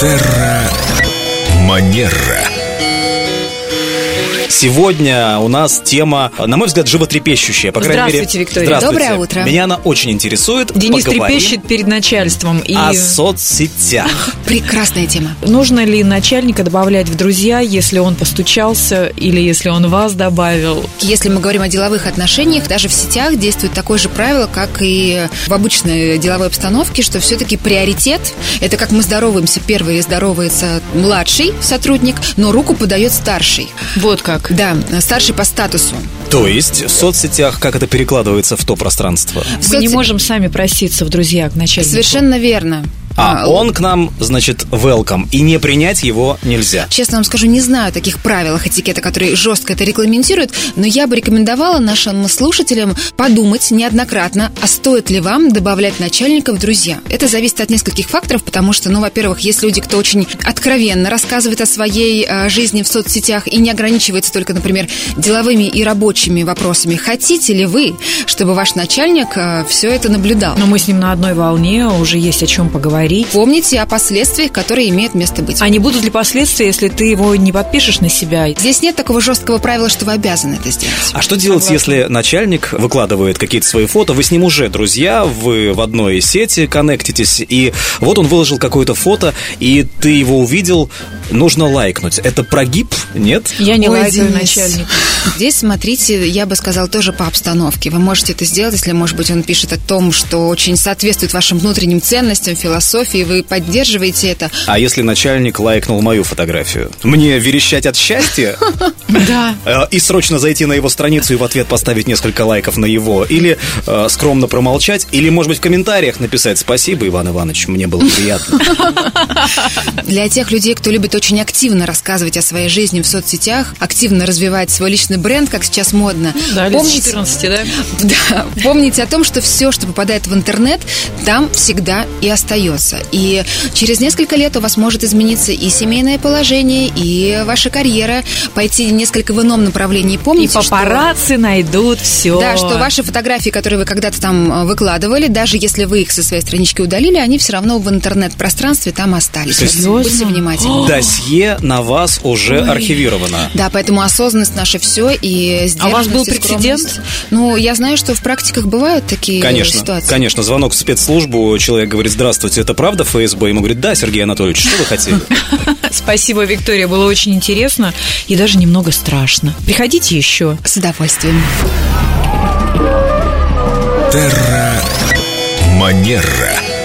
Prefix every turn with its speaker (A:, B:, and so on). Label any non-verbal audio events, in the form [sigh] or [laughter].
A: Терра Манера.
B: Сегодня у нас тема, на мой взгляд, животрепещущая. По крайней
C: Здравствуйте,
B: мере,
C: Виктория.
B: Здравствуйте.
C: Доброе утро.
B: Меня она очень интересует.
C: Денис
B: Поговорим А
C: трепещет перед начальством. И
B: о
C: [laughs]
B: соцсетях.
C: прекрасная тема.
D: Нужно ли начальника добавлять в друзья, если он постучался или если он вас добавил?
C: Если мы говорим о деловых отношениях, даже в сетях действует такое же правило, как и в обычной деловой обстановке, что все-таки приоритет – это как мы здороваемся, первый здоровается младший сотрудник, но руку подает старший.
D: Вот как.
C: Да, старший по статусу.
B: То есть в соцсетях как это перекладывается в то пространство?
C: В
D: Мы
C: соци-
D: не можем сами проситься в друзья к начальнику.
C: Совершенно верно.
B: А
C: А,
B: он к нам, значит, welcome. И не принять его нельзя.
C: Честно вам скажу, не знаю таких правилах этикета, которые жестко это регламентируют, но я бы рекомендовала нашим слушателям подумать неоднократно, а стоит ли вам добавлять начальника в друзья. Это зависит от нескольких факторов, потому что, ну, во-первых, есть люди, кто очень откровенно рассказывает о своей э, жизни в соцсетях и не ограничивается только, например, деловыми и рабочими вопросами. Хотите ли вы, чтобы ваш начальник все это наблюдал?
D: Но
C: Ну,
D: мы с ним на одной волне, уже есть о чем поговорить.
C: Помните о последствиях, которые имеют место быть.
D: А не будут ли последствия, если ты его не подпишешь на себя?
C: Здесь нет такого жесткого правила, что вы обязаны это сделать.
B: А что делать, если начальник выкладывает какие-то свои фото, вы с ним уже друзья, вы в одной сети коннектитесь, и вот он выложил какое-то фото, и ты его увидел, нужно лайкнуть. Это прогиб, нет?
D: Я не
C: Ой,
D: лайкаю
C: Денис.
D: начальника.
C: Здесь, смотрите, я бы сказала, тоже по обстановке. Вы можете это сделать, если, может быть, он пишет о том, что очень соответствует вашим внутренним ценностям, философии, вы поддерживаете это.
B: А если начальник лайкнул мою фотографию? Мне верещать от счастья?
D: [laughs] Да.
B: Э, И срочно зайти на его страницу и в ответ поставить несколько лайков на его? Или э, скромно промолчать? Или, может быть, в комментариях написать «Спасибо, Иван Иванович, мне было приятно».
C: Для тех людей, кто любит очень активно рассказывать о своей жизни в соцсетях, активно развивать свой личный бренд, как сейчас модно,
D: Ну Да, лет с
C: помните,
D: 14, да?
C: Да, помните о том, что все, что попадает в интернет, там всегда и остается. И через несколько лет у вас может измениться и семейное положение, и ваша карьера, пойти несколько в ином направлении.
D: И
C: Помните, что-
D: папарацци найдут все.
C: Да, что ваши фотографии, которые вы когда-то там э, выкладывали, даже если вы их со своей странички удалили, они все равно в интернет-пространстве там остались.
D: Серьезно?
C: Будьте внимательны.
B: Досье на вас уже архивировано.
C: Да, поэтому осознанность наша все и
D: А у вас был
C: сдержанность и скромность.
D: прецедент?
C: Ну, я знаю, что в практиках бывают такие
B: Конечно,
C: ситуации.
B: конечно. Звонок в спецслужбу, человек говорит, здравствуйте, это правда ФСБ? Ему говорит, да, Сергей Анатольевич, что вы хотели?
D: Спасибо, Виктория, было очень интересно и даже немного страшно. Приходите еще.
C: С удовольствием.
A: Манера.